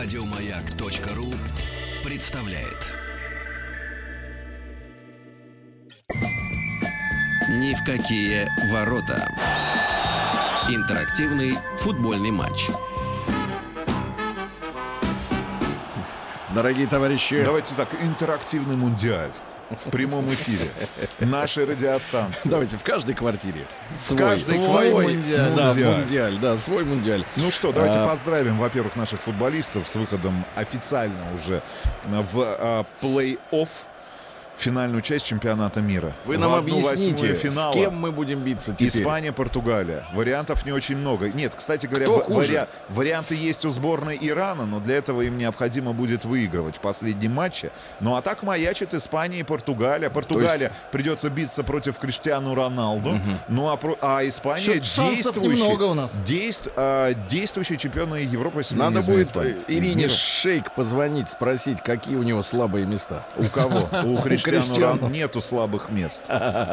Радиомаяк.ру представляет. Ни в какие ворота. Интерактивный футбольный матч. Дорогие товарищи, Давайте так, интерактивный мундиаль в прямом эфире. Нашей радиостанции. давайте в каждой квартире свой, каждой свой мундиаль. Да, мундиаль. мундиаль, да, свой мундиаль. Ну что, давайте А. поздравим, во-первых, наших футболистов с выходом официально уже в а, плей-офф финальную часть чемпионата мира. Вы В нам одну объясните, восьмую финала. с кем мы будем биться теперь? Испания, Португалия. Вариантов не очень много. Нет, кстати говоря, Кто ва- хуже? вариа- варианты есть у сборной Ирана, но для этого им необходимо будет выигрывать в последнем матче. Ну а так маячит Испания и Португалия. Португалия придется биться против Криштиану Роналду. Ну а, про- а Испания Чё-то шансов действующий, немного у нас. действ- а, действующий чемпион Европы. если мне Надо не изменяет будет память. э, Ирине Мира. Шейк позвонить, спросить, какие у него слабые места. У кого? У Криштиану Криштиану. Роналду нету слабых мест.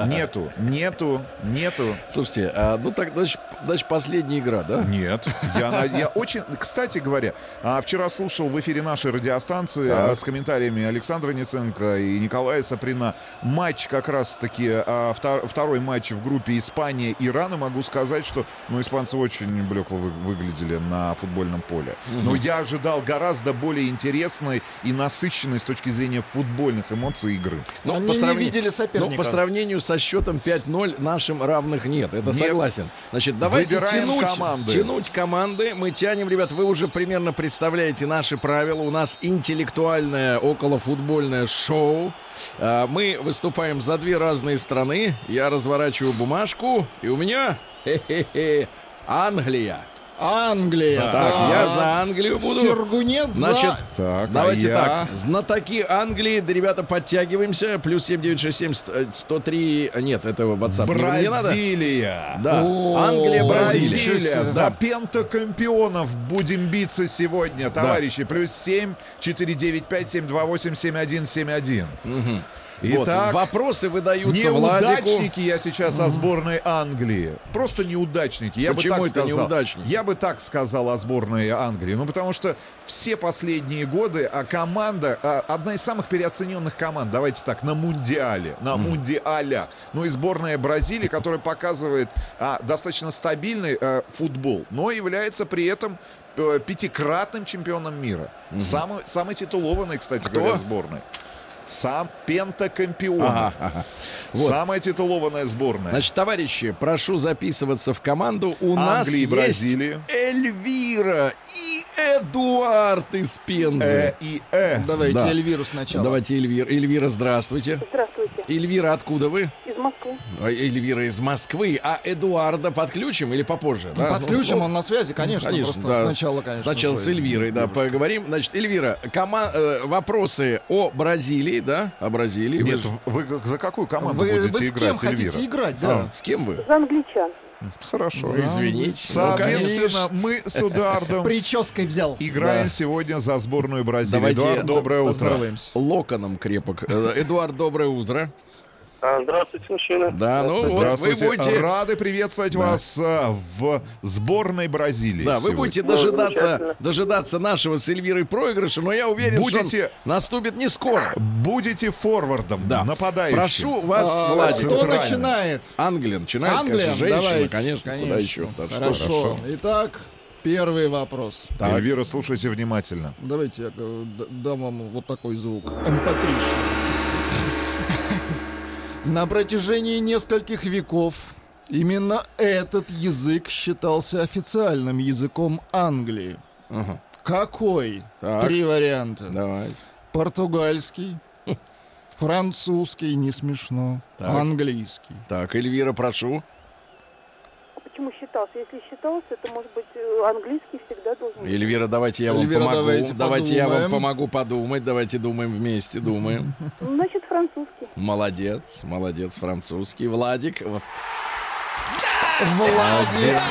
Нету, нету, нету. Слушайте, а, ну так, значит, значит, последняя игра, да? Нет, я, на- я очень... Кстати говоря, а, вчера слушал в эфире нашей радиостанции Так. а, с комментариями Александра Неценко и Николая Саприна. Матч как раз-таки, а, втор- второй матч в группе Испания-Иран. И могу сказать, что ну, испанцы очень блекло вы- выглядели на футбольном поле. Но я ожидал гораздо более интересной и насыщенной с точки зрения футбольных эмоций игры. Ну, Они не видели соперника. Ну, по сравнению со счетом 5-0 нашим равных нет. Это Нет. согласен. Значит, давайте Выбираем тянуть команды. тянуть команды. Мы тянем, ребят. Вы уже примерно представляете наши правила. У нас интеллектуальное околофутбольное шоу. А, Мы выступаем за две разные страны. Я разворачиваю бумажку, и у меня хе-хе-хе, Англия. Англия. Так, так. я за Англию буду. Сергунец Значит, за... Так, а давайте я- так. Знатоки Англии, да, ребята, подтягиваемся. Плюс 7967 103... э, Нет, этого WhatsApp Ну, не, не надо. Бразилия! Да. О, Англия, Бразилия. Бразилия. За Да. пентакампионов будем биться сегодня, товарищи. Плюс 7, 4, 9, 5, 7, 2, 8, 7, 1, 7, 1. Вот, Итак, вопросы выдаются Владику. неудачники я сейчас о сборной Англии. Просто неудачники. Я Почему бы так это сказал. неудачники? Я бы так сказал о сборной Англии. Ну, потому что все последние годы а команда, а, одна из самых переоцененных команд, давайте так, на Мундиале, на Мундиалях. Ну и сборная Бразилии, которая показывает а, достаточно стабильный э, футбол, но является при этом э, пятикратным чемпионом мира. Самый, самый титулованный, кстати говоря, сборной. Сам пентакампион. Ага, ага. Вот. Самая титулованная сборная. Значит, товарищи, прошу записываться в команду. У нас Англии, есть Бразилии. Эльвира и Эдуард из Э Пензы. и Э. Давайте Да. Эльвиру сначала. Давайте, Эльвира. Эльвира, здравствуйте. Здравствуйте, Эльвира, откуда вы? из Москвы. А, Эльвира из Москвы. А Эдуарда подключим или попозже? Ну, да? Подключим, Ну, он на связи, конечно. Конечно, просто да. сначала, конечно. Сначала с же. Эльвирой, да, поговорим. Значит, Эльвира, кома- э, вопросы о Бразилии, да, о Бразилии. Вы Нет, же- вы за какую команду Вы, будете вы с играть, кем Эльвира? хотите играть, А, да? с кем вы? Из англичан. Хорошо. За- Извините. Ну, конечно. Соответственно, мы с А. Эдуардом Прической взял. играем Да. сегодня за сборную Бразилии. Давайте Эдуард, доброе утро. Поздравляемся. Локоном крепок. Э, Эдуард, доброе утро. А, Здравствуйте, мужчина. Да, ну вот вы Здравствуйте. будете... Рады приветствовать вас а, в сборной Бразилии. Да, вы сегодня. будете Ну, дожидаться, замечательно. дожидаться нашего с Эльвирой проигрыша, но я уверен, что Будете- он наступит не скоро. Будете форвардом, Да. нападающим. Прошу вас, А, Владик. кто Центральный. начинает? Англия начинает, Англия, конечно, женщина, давайте. конечно, куда еще. Да, что ж. Хорошо. Итак, первый вопрос. Так. Эльвира, слушайте внимательно. Давайте я э, д- дам вам вот такой звук. mp На протяжении нескольких веков именно этот язык считался официальным языком Англии. Ага. Какой? Так. Три варианта. Давай. Португальский, французский, не смешно, Так. английский. Так, Эльвира, прошу. А почему считался? Если считался, то, может быть, э, английский всегда должен быть. Эльвира, давайте я вам Эльвира, помогу. давайте я вам подумаем. помогу подумать. Давайте думаем вместе, думаем. Ну, Значит, французский. Молодец, молодец, французский. Владик. в- Владик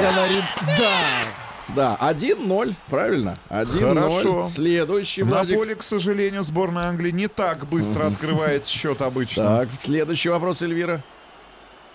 говорит да. Да, 1-0, правильно? 1-0. Хорошо. Следующий, На Владик. поле, к сожалению, сборная Англии не так быстро открывает счет обычно. Так, следующий вопрос, Эльвира.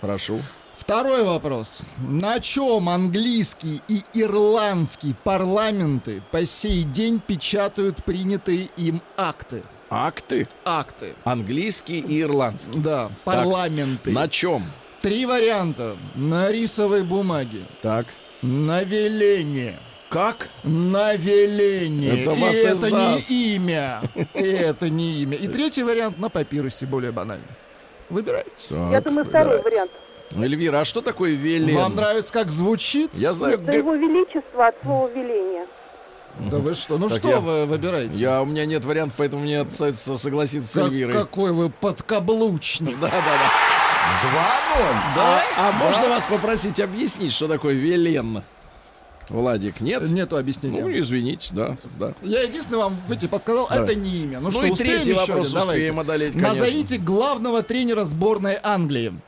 Прошу. Второй вопрос. На чем английский и ирландский парламенты по сей день печатают принятые им акты? Акты? Акты. Английский и ирландский. Да, парламенты. На чем? Три варианта. На рисовой бумаге, Так. на веление, Как? на веление. Это И вас это издаст. не имя. И это не имя. И третий вариант на папирусе, более банальный. Выбирайте. Я думаю, второй вариант. Эльвира, а что такое велен? Вам нравится, как звучит? Я знаю, Это г- его величество от слова веления. Да вы что? Ну Так что я- вы выбираете? я, у меня нет вариантов, поэтому мне остается согласиться с Как- Эльвирой. какой вы подкаблучник. Да, да, да. 2-0. Да? А, можно вас попросить объяснить, что такое велен? Владик, нет? Нету объяснения. Ну, извините, да, да. Я единственное вам выйти подсказал, это не имя. Ну, Ну что, и успеем третий еще вопрос один? Давайте. успеем одолеть, конечно. Назовите главного тренера сборной Англии.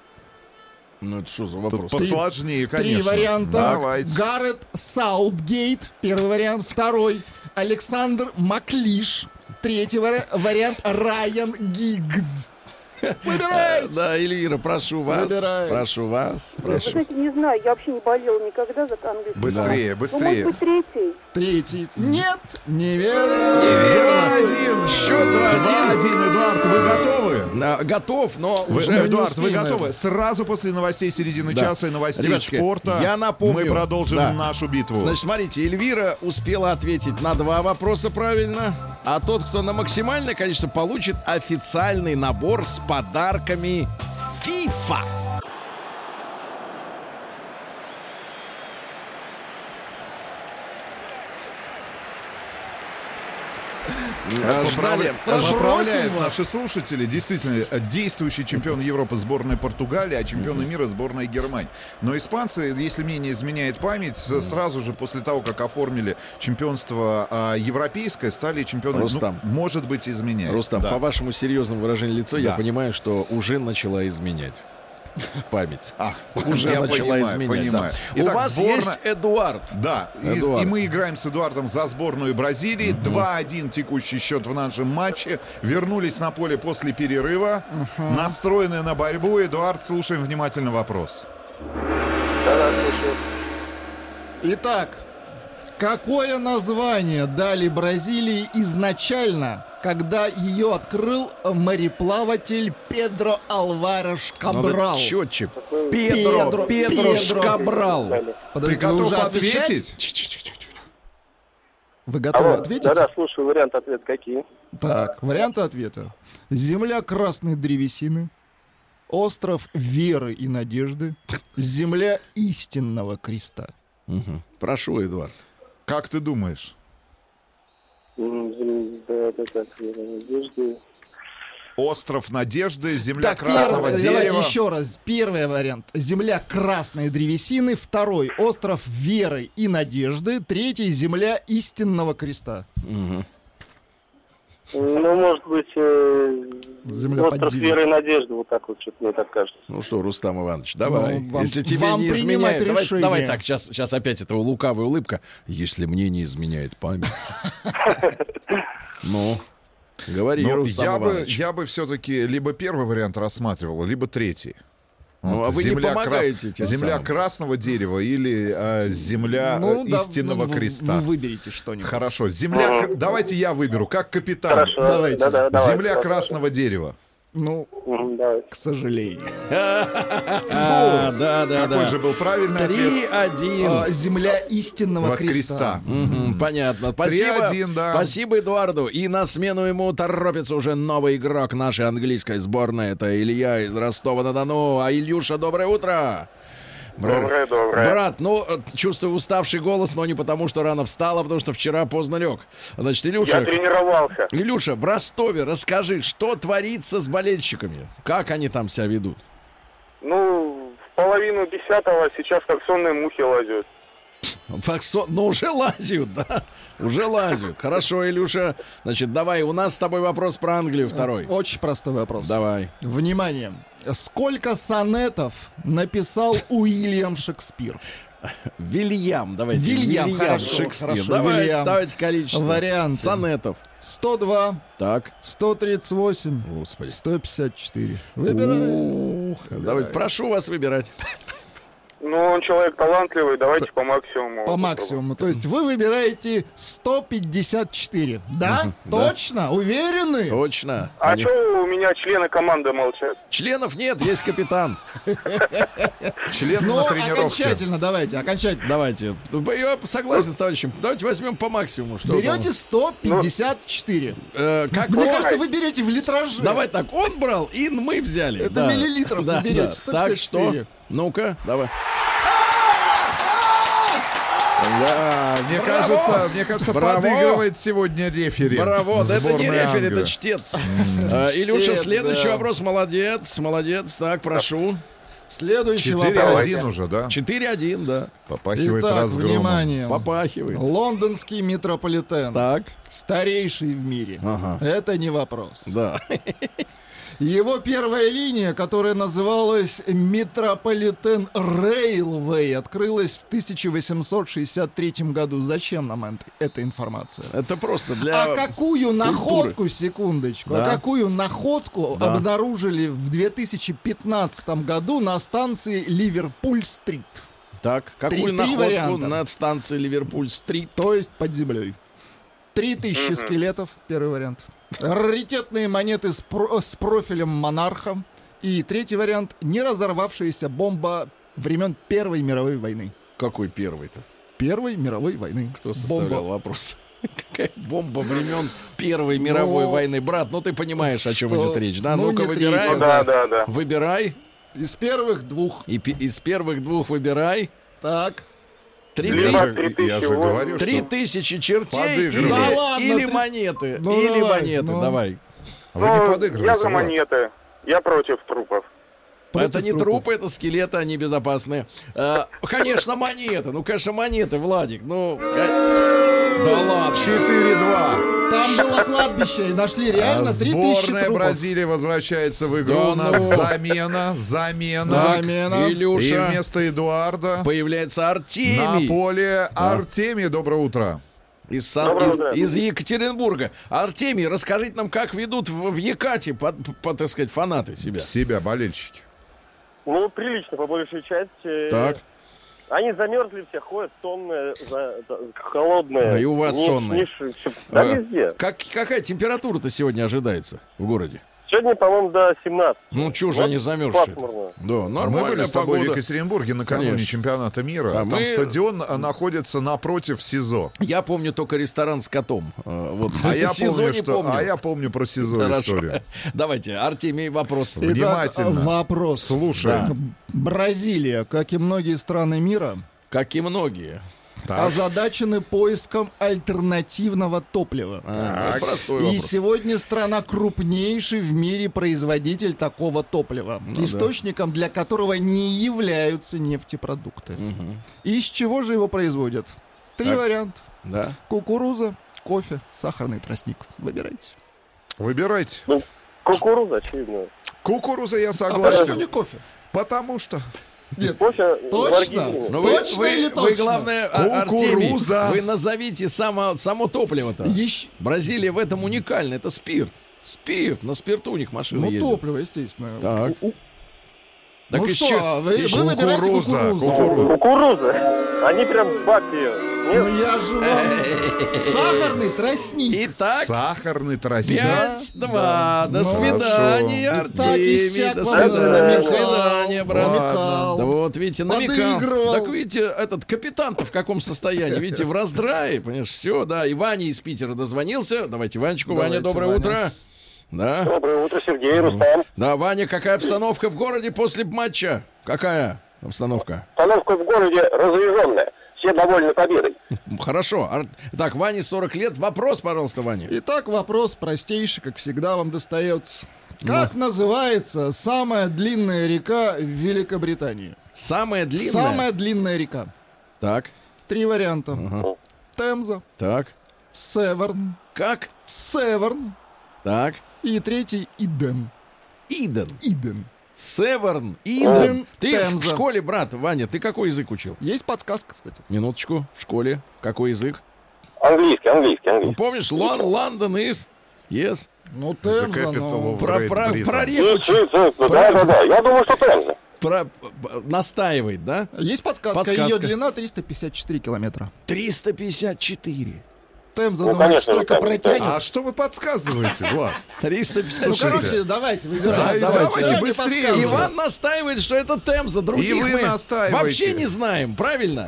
Ну, это что за Тут вопрос? посложнее, конечно. Три варианта. Давайте. Гаррет Саутгейт, первый вариант. Второй. Александр Маклиш. Третий вари- вариант Райан Гиггс. Выбирайте! Да, Эльвира, прошу вас. Выбирайте. Прошу вас. Вы Прошу. знаете, не знаю, я вообще не болела никогда за английский. Быстрее, Ну, может быстрее. быть, третий. Третий. Нет, неверно. 2-1. Счет 2-1, Эдуард, вы готовы? Да, готов, но Вы- уже... не Эдуард, вы успеем, готовы? Сразу после новостей середины Да. часа и новостей Ребятушки, спорта я напомню. мы продолжим Да. нашу битву. Значит, смотрите, Эльвира успела ответить на два вопроса правильно, а тот, кто на максимальное количество, получит официальный набор с подарками FIFA. Э, Ждали. Поправляют наши слушатели. Действительно, э, действующий чемпион Европы сборная Португалии, а чемпионы мира сборная Германии. Но испанцы, если мне не изменяет память, с- сразу же после того, как оформили чемпионство а, европейское, стали чемпионами. Ну, Рустам. может быть, изменяет. Рустам, Да. по вашему серьезному выражению лица я Да. понимаю, что уже начала изменять память. А, Уже я начала понимаю, изменять. понимаю. да. Итак, У вас сборная- есть Эдуард. Да, и, Эдуард. и мы играем с Эдуардом за сборную Бразилии. 2-1 текущий счет в нашем матче. Вернулись на поле после перерыва. Настроены на борьбу. Эдуард, слушаем внимательно вопрос. Да-да, слушаю. Итак, какое название дали Бразилии изначально, когда ее открыл мореплаватель Педро Алвареш Кабрал? Надо четче. Какой- Педро, Педро, Педро Педро. Шкабрал. Далее. Подождите, Ты вы готов уже отвечаете? ответить? А Вы готовы Алло, ответить? да-да, слушаю, вариант ответа какие? Так, варианты ответа. Земля красной древесины, остров веры и надежды, земля истинного креста. Мгм. Прошу, Эдуард. Как ты думаешь? М, зем- Да, да, да, вера, надежды. Остров Надежды, земля так, красного первый- дерева. давайте еще раз. Первый вариант. Земля красной древесины. Второй. Остров веры и надежды. Третий. Земля истинного креста. Ну, может быть, э, Земля остров подземная. веры и надежды, вот так вот, что-то мне так кажется. Ну что, Рустам Иванович, давай. Ну, вам- Если тебе вам не принимать изменяет, давай, решение. давай так, сейчас, сейчас опять этого лукавая улыбка. Если мне не изменяет память. Ну, говори, Ну, Рустам я, бы, Иванович. я бы все-таки либо первый вариант рассматривал, либо третий. Ну, а вы не крас- помогаете тем земля самым. красного дерева или э, земля э, да, истинного ну, вы- креста. ну, выберите что-нибудь. Хорошо, земля... кр- Давайте я выберу, как капитан. Хорошо, давайте. да-да, давай. Земля давай. красного дерева. Ну, Мгм, давай. к сожалению. А, да, да, Какой да. же был правильный ответ? Три один. А, земля истинного Вот креста. креста. Мгм, Понятно. Спасибо. 3-1, да. Спасибо Эдуарду. И на смену ему торопится уже новый игрок нашей английской сборной. Это Илья из Ростова-на-Дону. А Ильюша, доброе утро. Брат, Доброе, доброе. Брат, ну, э, чувствую уставший голос, но не потому, что рано встала, а потому что вчера поздно лег. Значит, Я Илюша, тренировался. Илюша, в Ростове расскажи, что творится с болельщиками? Как они там себя ведут? Ну, в половину десятого сейчас как сонные мухи лазят. Факсо... Ну, уже лазят, да? Уже лазят. Хорошо, Илюша. Значит, давай, у нас с тобой вопрос про Англию второй. Очень простой вопрос. Давай. Внимание. Сколько сонетов написал Уильям Шекспир? Вильям, давайте. Вильям, хорошо, Шекспир. хорошо, давайте, Вильям. давайте количество. Варианты. Сонетов. 102, Так, 138, господи. 154. Выбирай. У-у-у. муха. Давайте, давай. прошу вас выбирать. Ну, он человек талантливый, давайте по максимуму. По максимуму. То есть вы выбираете 154. Да? Точно? Уверены? Точно. А Они- что у меня члены команды молчат? Членов нет, есть капитан. Член Ну, на тренировке. окончательно давайте, окончательно. Давайте. Я согласен с товарищем. Давайте возьмем по максимуму. Что Берете 154. там. Э, как Мне он- кажется, вы берете в литраже. Давай так, он брал, и мы взяли. Это миллилитров Да, вы берете, да. Так 154. что, ну-ка, давай. Да, А, мне кажется, мне кажется, Браво! подыгрывает сегодня рефери. Браво, да это не сборной рефери, Англии. это чтец. Э, Илюша, Чтец, следующий да. вопрос. Молодец, молодец. Так, прошу. Следующий вопрос. 4-1 уже, да? 4-1, да. Попахивает Итак, разгромом. внимание. Попахивает. Лондонский метрополитен. Так, Старейший в мире. Ага. Это не вопрос. да. Его первая линия, которая называлась Метрополитен Рейлвей, открылась в 1863 году. Зачем нам эн- эта информация? Это просто для... А какую находку, секундочку, Да. а какую находку обнаружили в 2015 году на станции Ливерпуль-стрит? Так, какую три находку варианта. на станции Ливерпуль-стрит? То есть под землей. 3000 скелетов, первый вариант. Раритетные монеты с, про- с профилем монарха. И третий вариант — не разорвавшаяся бомба времен Первой мировой войны. Какой первый-то? Первой мировой войны. Кто составлял Бомба. вопрос? Какая бомба времен Первой мировой Ну, войны, брат? Ну ты понимаешь, о чем что? идет речь, да? Ну, Ну-ка не выбирай. третья, Ну да, да, да. Выбирай. Из первых двух. И пи- из первых двух выбирай. Так. Три Я тысячи. Либо же- три я же тысячи, говорю, вот. Три что тысячи чертей Подыгрываю. или, Да ладно, или ты- монеты. Ну, или давай, монеты, ну. давай. вы не Ну, подыгрываете. Я за Влад. монеты. Я против трупов. Против это не трупов. трупы, это скелеты, они безопасны. Э, конечно, монеты. Ну, конечно, монеты, Владик. Ну, э, да ладно. 4-2. Там было кладбище, и нашли А реально 3000 Сборная трупов. Бразилии возвращается в игру. Да У нас ну. замена, замена. Так, Замена. И Илюша. вместо Эдуарда Появляется на Артемий поле Артемий. Доброе утро. из, Сан- Доброе из- утро. из Екатеринбурга. Артемий, расскажите нам, как ведут в, в Екате, по- по- так сказать, фанаты себя. Себя, болельщики. Ну, прилично, по большей части. Так. Они замерзли все, ходят сонные, за- за- холодные. А, и у вас Не- сонные. не ш- ш- да А. везде. Как, какая температура-то сегодня ожидается в городе? Сегодня, по-моему, до 17. Ну, чего же Вот они замерзшие? Пасмурно. Да, Мы нормально. были с тобой в погода. Екатеринбурге накануне Конечно. чемпионата мира. А Там мы- стадион а, находится напротив СИЗО. Я помню только ресторан с котом. Э, Вот. А я СИЗО помню, не что... помню. А я помню про СИЗО Хорошо. историю. Давайте, Артемий, вопрос. Итак, Внимательно. вопрос. Слушай, Бразилия, как и многие страны мира, Как и многие. Так. озадачены поиском альтернативного топлива. А. Это Э, простой А, И вопрос. сегодня страна крупнейший в мире производитель такого топлива, Ну да. источником для которого не являются нефтепродукты. Из чего же его производят? Три Так. варианта. Да. Кукуруза, кофе, сахарный тростник. Выбирайте. выбирайте. Кукуруза, очевидно. Кукуруза я А почему не согласен. кофе? Потому что... Кофе Точно? в Ну, Точно вы, или вы, точно? главное, а- Артемий, Кукуруза. вы назовите само, само топливо-то. Еще... Бразилия в этом уникальна. Это спирт. Спирт. На спирту у них машины Ну, ездят. топливо, естественно. Так. У- у- Так ну из что, чё- вы, из вы выбираете Кукуруза, кукурузу. кукуруза. Кукуруза. Они прям в бак ее. Ну Нет, я же вам... Сахарный тростник. Итак, Сахарный тростник. Да, 5-2. До ну, свидания, хорошо. Да так и Артемий. сяк До вам свидания. До намекал. свидания, брат. Намекал. Да вот, видите, намекал. Подыгрывал. Так видите, этот капитан-то в каком состоянии? Видите, в раздрае, понимаешь, все, да. И Ваня из Питера дозвонился. Давайте Ванечку. Ваня, Давайте, доброе Ваня. утро. Да. Доброе утро, Сергей, Рустам. Да, Ваня, какая обстановка в городе после матча? Какая обстановка? Обстановка в городе разъезженная. Все довольны победой. М, Хорошо. Ар- Так, Ване 40 лет. Вопрос, пожалуйста, Ваня. Итак, вопрос простейший, как всегда вам достается. Как называется самая длинная река в Великобритании? Самая длинная. Самая длинная река. Так, Три варианта. Ага. Темза, так. Северн, Как? Северн Так. и третий Иден. Иден. Иден. Северн, Иден. Иден, Ты в Темза. школе, брат, Ваня, ты какой язык учил? Есть подсказка, кстати. Минуточку, в школе какой язык? Английский, английский, Ну, английский. помнишь, Лон, Лондон из... Yes, Ну, The Темза, capital ну... of Про, Great про- Britain. про реку чуть- Да, да, да. Я думаю, что так же. про- б- настаивает, да? Есть подсказка, ее Подсказка. длина 354 километра. 354. Темза, Ну, думаю, конечно, столько там, да. протянет. А что вы подсказываете, Влад? 354. Ну, короче, давайте, выбирайте. Да, давайте Давайте быстрее. подсказывай. Иван Иван настаивает, что это Темза, других И вы мы настаиваете. вообще не знаем, правильно?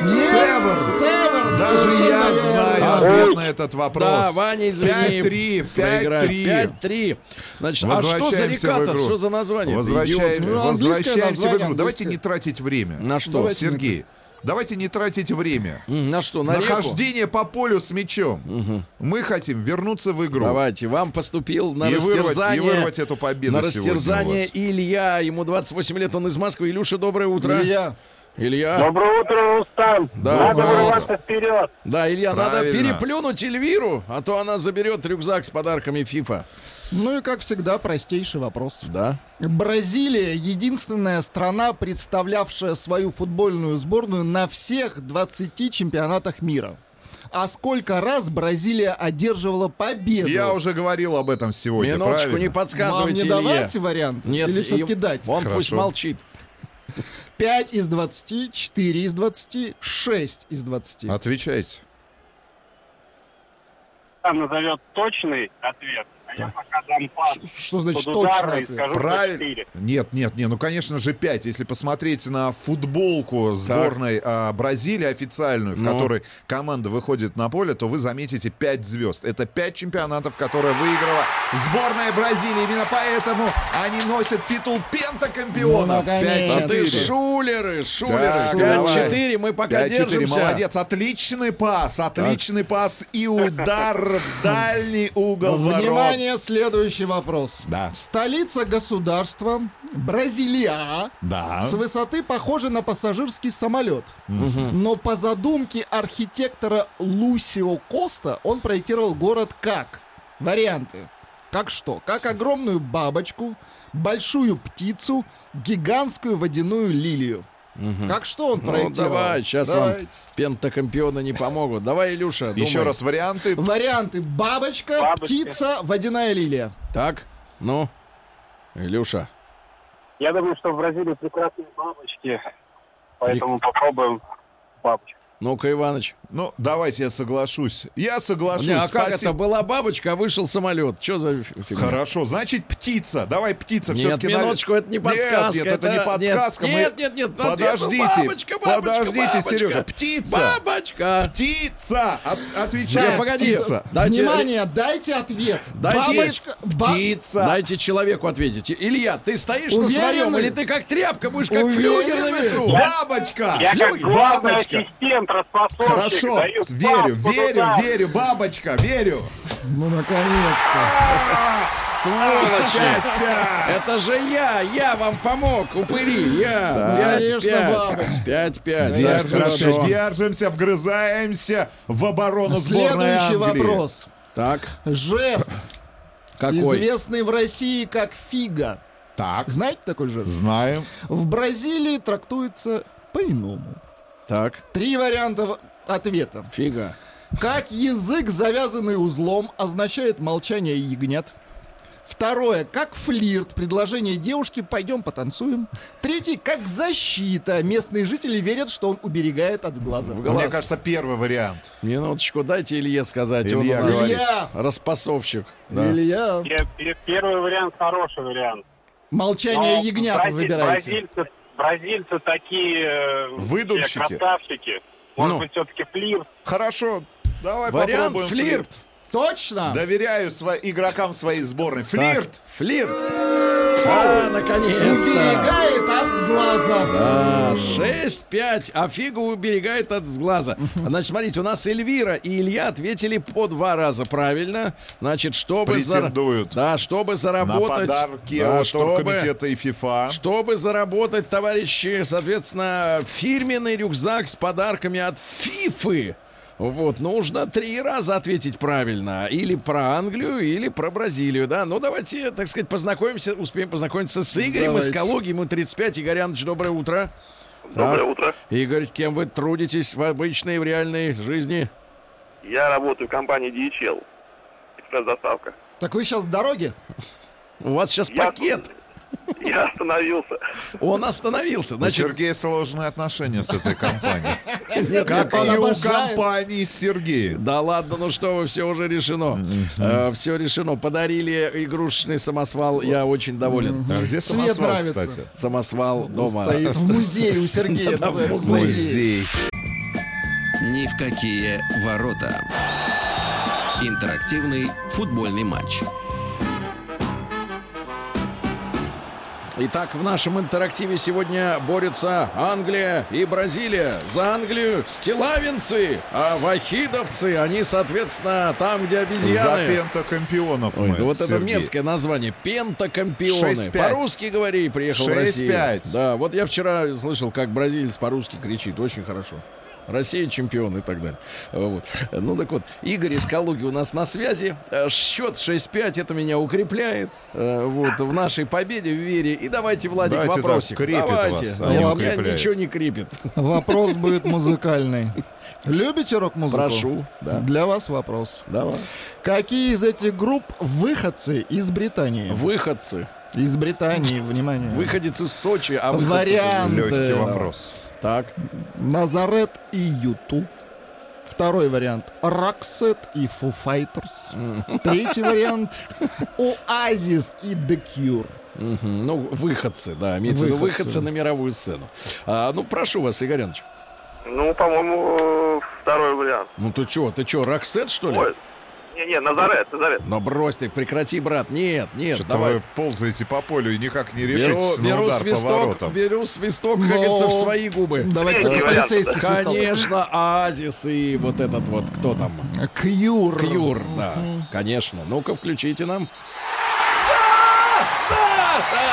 Север! Север, Даже я совершенно верно. знаю ответ на этот вопрос. Да, Ваня, извини. 5-3, проиграли. 5-3. 5-3. Значит, а что за Возвращаемся в река-то? игру. Что за название? Возвращаем- Ну, английское возвращаемся в название, игру. Давайте английское. не тратить время. На что? Давайте Сергей, давайте не тратить время. На что, на реку? Нахождение по полю с мячом. Мы хотим вернуться в игру. Давайте, вам поступил на И вырвать- и растерзание. вырвать эту победу На сегодня у растерзание вас. Илья. Ему 28 лет, он из Москвы. Илюша, доброе утро. Илья. Илья. Доброе утро, Рустам. Да, Надо доброе вырываться вперед. Да, Илья, надо Правильно. переплюнуть Эльвиру, а то она заберет рюкзак с подарками FIFA. Ну и, как всегда, простейший вопрос. Да. Бразилия — единственная страна, представлявшая свою футбольную сборную на всех 20 чемпионатах мира. А сколько раз Бразилия одерживала победу? Я уже говорил об этом сегодня, Минуточку, не правильно? Вам не подсказывайте, Илье. давать вариант? Нет, Или все-таки им- дать? Он пусть Хорошо. молчит. 5 из 20, 4 из 20, 6 из 20. А Отвечайте. Там назовет точный ответ, а я пока дам пас. Что значит Под точно ударный ответ? скажу, что Правильно. четыре. Нет, нет, нет. Ну, конечно же, 5. Если посмотреть на футболку сборной а, Бразилии официальную, в Ну. которой команда выходит на поле, то вы заметите 5 звезд. Это 5 чемпионатов, которые выиграла сборная Бразилии. Именно поэтому они носят титул Ну, пентакомпионов. наконец-то. Да ты 5-4. шулеры, шулеры. Так, давай. 5-4, мы пока 5-4, держимся. молодец, отличный пас, отличный пас и удар в дальний угол ворот. Ну, Внимание, следующий вопрос. Да. Столица государства Бразилия А? Да. с высоты похожа на пассажирский самолет. Но по задумке архитектора Лусио Коста он проектировал город как? Варианты. Как что? Как огромную бабочку, большую птицу, гигантскую водяную лилию. Как что он Ну, проектировал? давай, сейчас Давайте. вам пентакомпионы не помогут. Давай, Илюша, Еще думай. раз варианты. Варианты. Бабочка, Бабочка. птица, водяная лилия. Так, ну, Илюша. Я думаю, что в Бразилии прекрасные бабочки, поэтому попробуем бабочку. Ну-ка, Иваныч. Ну, давайте я соглашусь. Я соглашусь. Не, а как спасибо. это? Была бабочка, а вышел самолет. Что за фи- фигня? Хорошо, значит, птица. Давай птица. Нет, Все-таки минуточку, это не подсказка, Нет, нет, это, это- не подсказка. нет, нет, нет, ответ был Подождите, бабочка, бабочка, подождите, бабочка. Сережа. Птица. Бабочка! Птица. От- отвечай, Не, погоди. птица. Дайте- Внимание, дайте ответ. Дайте- Бабочка, ба- Птица. Дайте человеку ответить. Илья, ты стоишь Уверены? на своем, или ты как тряпка будешь, как Уверены? флюгер на ветру? Бабочка. Я как главный А, бабочка. ассистент, распасовщик, Хорошо, даю верю, пас под верю, удар. верю, бабочка, верю. Ну, наконец-то. Сволочи! Это же я, я вам помог, упыри, я. Конечно, бабочка. 5-5. 5-5. Так, Держимся, хорошо. держимся, вгрызаемся в оборону Ну, сборной Следующий Англии. вопрос. Так, Жест, какой? известный в России как фига. Так, Знаете такой жест? знаем. В Бразилии трактуется по-иному. Так, Три варианта ответа. фига. Как язык, завязанный узлом, означает молчание ягнят. Второе, как флирт, предложение девушки «пойдем потанцуем». Третье, как защита. Местные жители верят, что он уберегает от сглаза. В Мне глаз. кажется, первый вариант. Минуточку, дайте Илье сказать. он Илья у нас говорит. Илья! Распасовщик. да. Илья, Пе- пе- Э, Первый вариант хороший вариант. молчание Но ягнят брази- вы выбираете. Бразильцы, бразильцы такие э, Выдумщики. все красавчики. Может Ну. быть, все-таки флирт. Хорошо, давай Вариант попробуем флирт. Точно? Доверяю сво- игрокам своей сборной. Так, Флирт! Флирт. А, наконец-то. Уберегает от сглаза. А, 6-5, а фигу уберегает от сглаза. Значит, смотрите, у нас Эльвира и Илья ответили по два раза правильно. Значит, чтобы... зар- Претендуют. Да, чтобы На заработать... подарки Да, от чтобы- оргкомитета и ФИФА. Чтобы заработать, товарищи, соответственно, фирменный рюкзак с подарками от Фифы. Вот, нужно три раза ответить правильно. Или про Англию, или про Бразилию, да. Ну, давайте, так сказать, познакомимся, успеем познакомиться с Игорем из Давайте. Калуги. Ему 35. Игорь Иванович, доброе утро. Доброе утро. Игорь, кем вы трудитесь в обычной, в реальной жизни? Я работаю в компании DHL. обычная заставка. Так вы сейчас в дороге? У вас сейчас Я- пакет. Я остановился. Он остановился. У Значит, Сергея сложные отношения с этой компанией. нет, Как он и у обожает. компании Сергея. Да ладно, ну что вы, все уже решено. все решено. Подарили игрушечный самосвал, я очень доволен. А где Свет самосвал, нравится. кстати? Самосвал дома. Стоит в музее у Сергея. называется, в музее. Ни в какие ворота. Интерактивный футбольный матч. Итак, в нашем интерактиве сегодня борются Англия и Бразилия. За Англию стилавинцы, а вахидовцы, они, соответственно, там, где За обезьяны. пентакомпионов Ой, мы, да вот это Сергей. мерзкое название. Пентакомпионы. 6-5. По-русски говори, приехал в Россию. 6-5. Да, вот я вчера слышал, как бразилец по-русски кричит. Очень хорошо. Россия чемпион и так далее. Э, Вот. Ну так вот, Игорь из Калуги у нас на связи. Э, Счет 6-5, это меня укрепляет э, вот, в нашей победе, в вере. И давайте, Владик, Давайте так, вопросик. крепит давайте. вас, а Нет, не меня укрепляет. ничего не крепит. Вопрос будет музыкальный. Любите рок-музыку? Прошу. Да. Для вас вопрос. Давай. Какие из этих групп выходцы из Британии? Выходцы. Из Британии, внимание. Выходец из Сочи, а выходцы- Варианты. Легкий вопрос. Так. Назарет и Юту. Второй вариант. Роксет и Фу Файтерс. Третий вариант. Оазис и The Cure. Мгм. Ну, выходцы, да, имеется в виду Выходцы. выходцы на мировую сцену. А, ну, прошу вас, Игоряныч. Ну, по-моему, э, второй вариант. Ну ты чё, ты чё, Роксет, что ли? Ой, не-не, Назарет, Назарет. Ну брось ты, прекрати, брат. Нет, нет, Что-то давай. вы ползаете по полю и никак не решитесь Беру, на беру удар свисток, поворотом. беру свисток, как Но- говорится, в свои губы. Давайте Третий только вариант, полицейский свисток. Конечно, Азис и вот этот вот, кто там? Кьюр. Кьюр, да, конечно. Ну-ка, включите нам.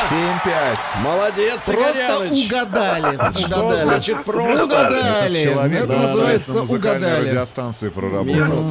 7-5. Молодец, Просто Игоряныч. угадали. Что Угадали. значит просто? Этот Угадали. человек Это да, на называется музыкальной угадали. радиостанции проработал.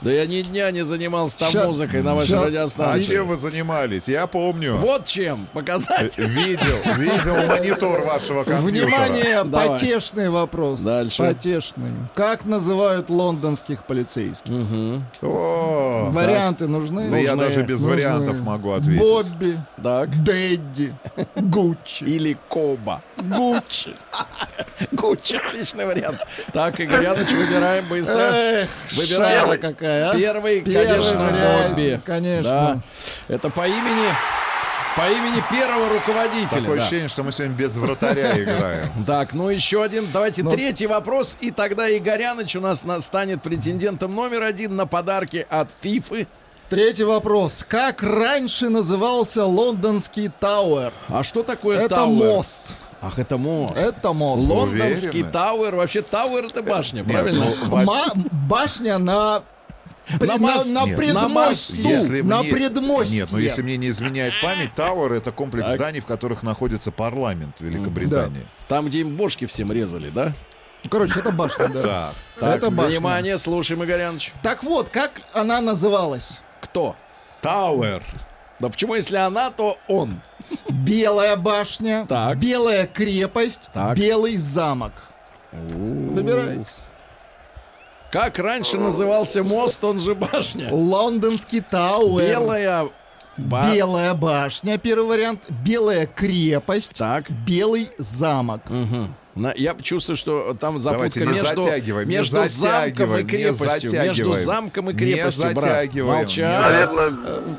Да я ни дня не занимался там Ща- музыкой на вашей ща- А радиостанции. чем вы занимались? Я помню. Вот чем показать. Видел, видел монитор вашего компьютера. Внимание, Давай. потешный вопрос. Дальше. Потешный. Как называют лондонских полицейских? Ну, О, Варианты нужны? да я Нужны- даже без Нужны вариантов могу ответить. Бобби, Так. Дэдди, Гуччи. Или Коба. Гуччи. Гуччи, отличный вариант. Так, Игоряныч, выбираем быстро. Эх, Выбираем. шара какая, а. Первый, Э, Первый конечно, вариант, Бобби. Конечно. Да. Это по имени, по имени первого руководителя. Такое да. ощущение, что мы сегодня без вратаря играем. Так, ну еще один. Давайте Ну. третий вопрос. И тогда Игоряныч у нас на- станет претендентом номер один на подарки от Фифы. Третий вопрос. Как раньше назывался лондонский Тауэр? А что такое Это Тауэр? мост. Ах, это мост. Это мост. Лондонский Уверены? Тауэр. Вообще Тауэр это башня, Нет, правильно? ну, во- Ма- башня на... при- На На, мост- на Нет, на предмосте. мосту. Если на мне- предмосте. Нет, ну если мне не изменяет память, Тауэр это комплекс Так. зданий, в которых находится парламент Великобритании. Там, где им бошки всем резали, да? Короче, это башня, да. Так. Так, это башня. внимание, слушаем, Игоряныч. Так вот, как она называлась? Кто? Тауэр. Да почему, если она, то он? Белая башня, Так. белая крепость, Так. белый замок. Выбирайте. Как раньше назывался мост, он же башня. Лондонский Тауэр. Белая ба- Белая башня, первый вариант. Белая крепость. Так. Белый замок. Мгм. На- я чувствую, что там запутка Давайте не между, затягиваем, не между замком и затягиваем, не крепостью. Между затягиваем. замком и Не крепостью, брат. затягиваем, Молчать. не затягиваем. Наверное,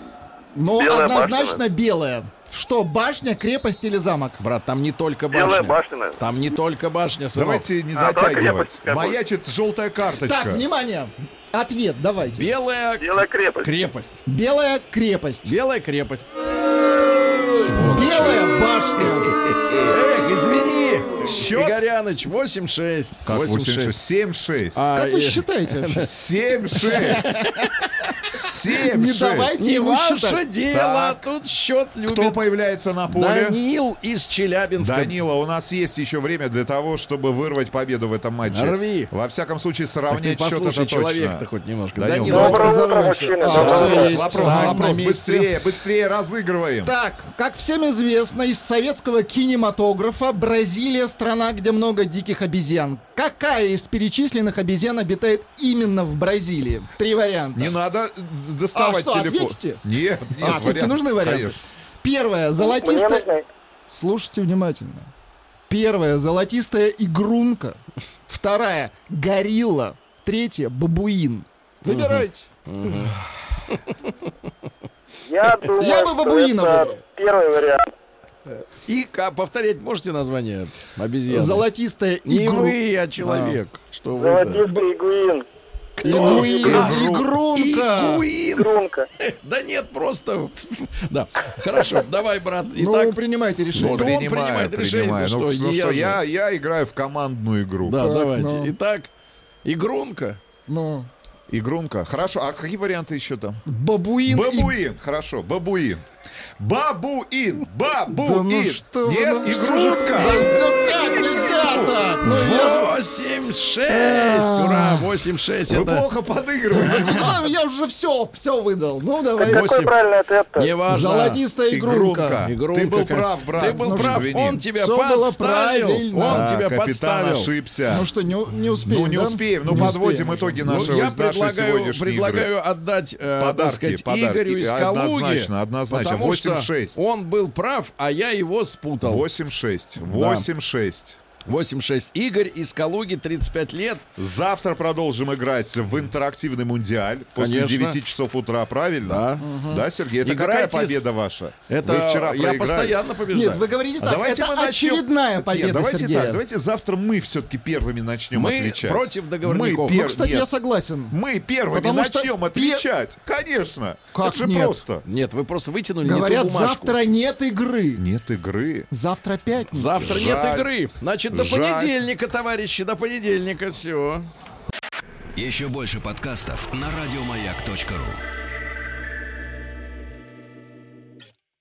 Но Белая однозначно башня. белая. Что, башня, крепость или замок? Брат, там не только башня. белая башня, наверное. Там не только башня, сынок. Давайте не А, давай затягивать. крепость какой. Маячит желтая карточка. Так, внимание. Ответ, давайте. Белая Белая крепость. крепость. Белая крепость. Белая крепость. Белая башня. Эх, извини. Счет? Игоряныч, 8-6. Как 8-6. 86? 7-6. А, Как вы э, считаете вообще? 7-6. 7 Не давайте Не ему ваше считать. дело, Так. тут счет любит. Кто появляется на поле? Данил из Челябинска. Данила, у нас есть еще время для того, чтобы вырвать победу в этом матче. Рви. Во всяком случае, Так ты сравнять счет это послушай человек-то точно. хоть немножко. Данил, Данил, ну, давай. давайте Доброе утро, поздороваемся. мужчины. А, Доброе всё утро. Вопрос, есть. вопрос, Так, на вопрос. месте. Быстрее, быстрее разыгрываем. Так, как всем известно, из советского кинематографа Бразилия страна, где много диких обезьян. Какая из перечисленных обезьян обитает именно в Бразилии? Три варианта. Не надо доставать А что, телефон. ответите? Нет, нет, А, все-таки вариант, нужны варианты? конечно. Первое, Мне золотистая... нужно- Слушайте внимательно. Первая золотистая игрунка. Вторая горилла. Третья бабуин. Выбирайте. Я думаю, Я бы что бабуина это выбрал. Первый вариант. И а, повторять можете название обезьяны? Золотистая Не игру... вы, а человек. Что вы это? Золотистый игуин, игуин- Игру- Игрунка. Игуин! Грунка. Да нет, просто... Да, хорошо, давай, брат. Ну, Итак, принимайте решение. Ну, да. Принимаю, он принимает решение, принимаю. ну Ну, что, ну я что, же. я, я играю в командную игру. да, так, давайте. ну. Итак, Игрунка. Ну, Игрунка. Хорошо. А какие варианты еще там? бабуин. и- Бабуин. Хорошо. Бабуин. Бабуин. Бабуин. ну что вы, Нет, ну игрунка. Ну как нельзя-то? Ну, я- 8-6! Ура, 8-6. А. Вы Это плохо подыгрываете. А, я уже все, все выдал. Ну, А давай. Восемь. Какой правильный ответ-то? не важно. Золотистая игрунка. Игрунка, Ты был как- прав, брат. Ты был Ну, прав, извини. он тебя Всё было подставил. правильно. Он Да, тебя А, капитан подставил. ошибся. Ну что, не, у- не успеем, Ну, не да? успеем. Ну, Не подводим успеем. итоги Ну, нашего, я нашей предлагаю, сегодняшней игры. предлагаю отдать, э, так Подарки, сказать, подарки. Игорю из Калуги. Однозначно, однозначно. Потому что 8-6. он был прав, а я его спутал. 8-6. 8-6. 8-6. Игорь из Калуги, 35 лет. Завтра продолжим играть в интерактивный мундиаль после Конечно. 9 часов утра, правильно? Да, Сергей, это какая Играйте с- победа ваша? Это Вы вчера я проиграли. постоянно побеждаю. Нет, вы говорите А так, давайте это мы начнем- очередная Нет, победа давайте Сергея. так, давайте завтра мы все-таки первыми начнем Мы отвечать. против договорников. Мы, пер- Ну, кстати, нет, я согласен. мы первыми Потому что начнем в пе- отвечать. Конечно. Как это же нет? просто. Нет, вы просто вытянули Говорят, не ту бумажку. завтра нет игры. Нет игры. Завтра пятница. Завтра нет Жаль. игры. Значит, до Жаль. понедельника, товарищи, до понедельника. Все. Еще больше подкастов на радиомаяк.ру.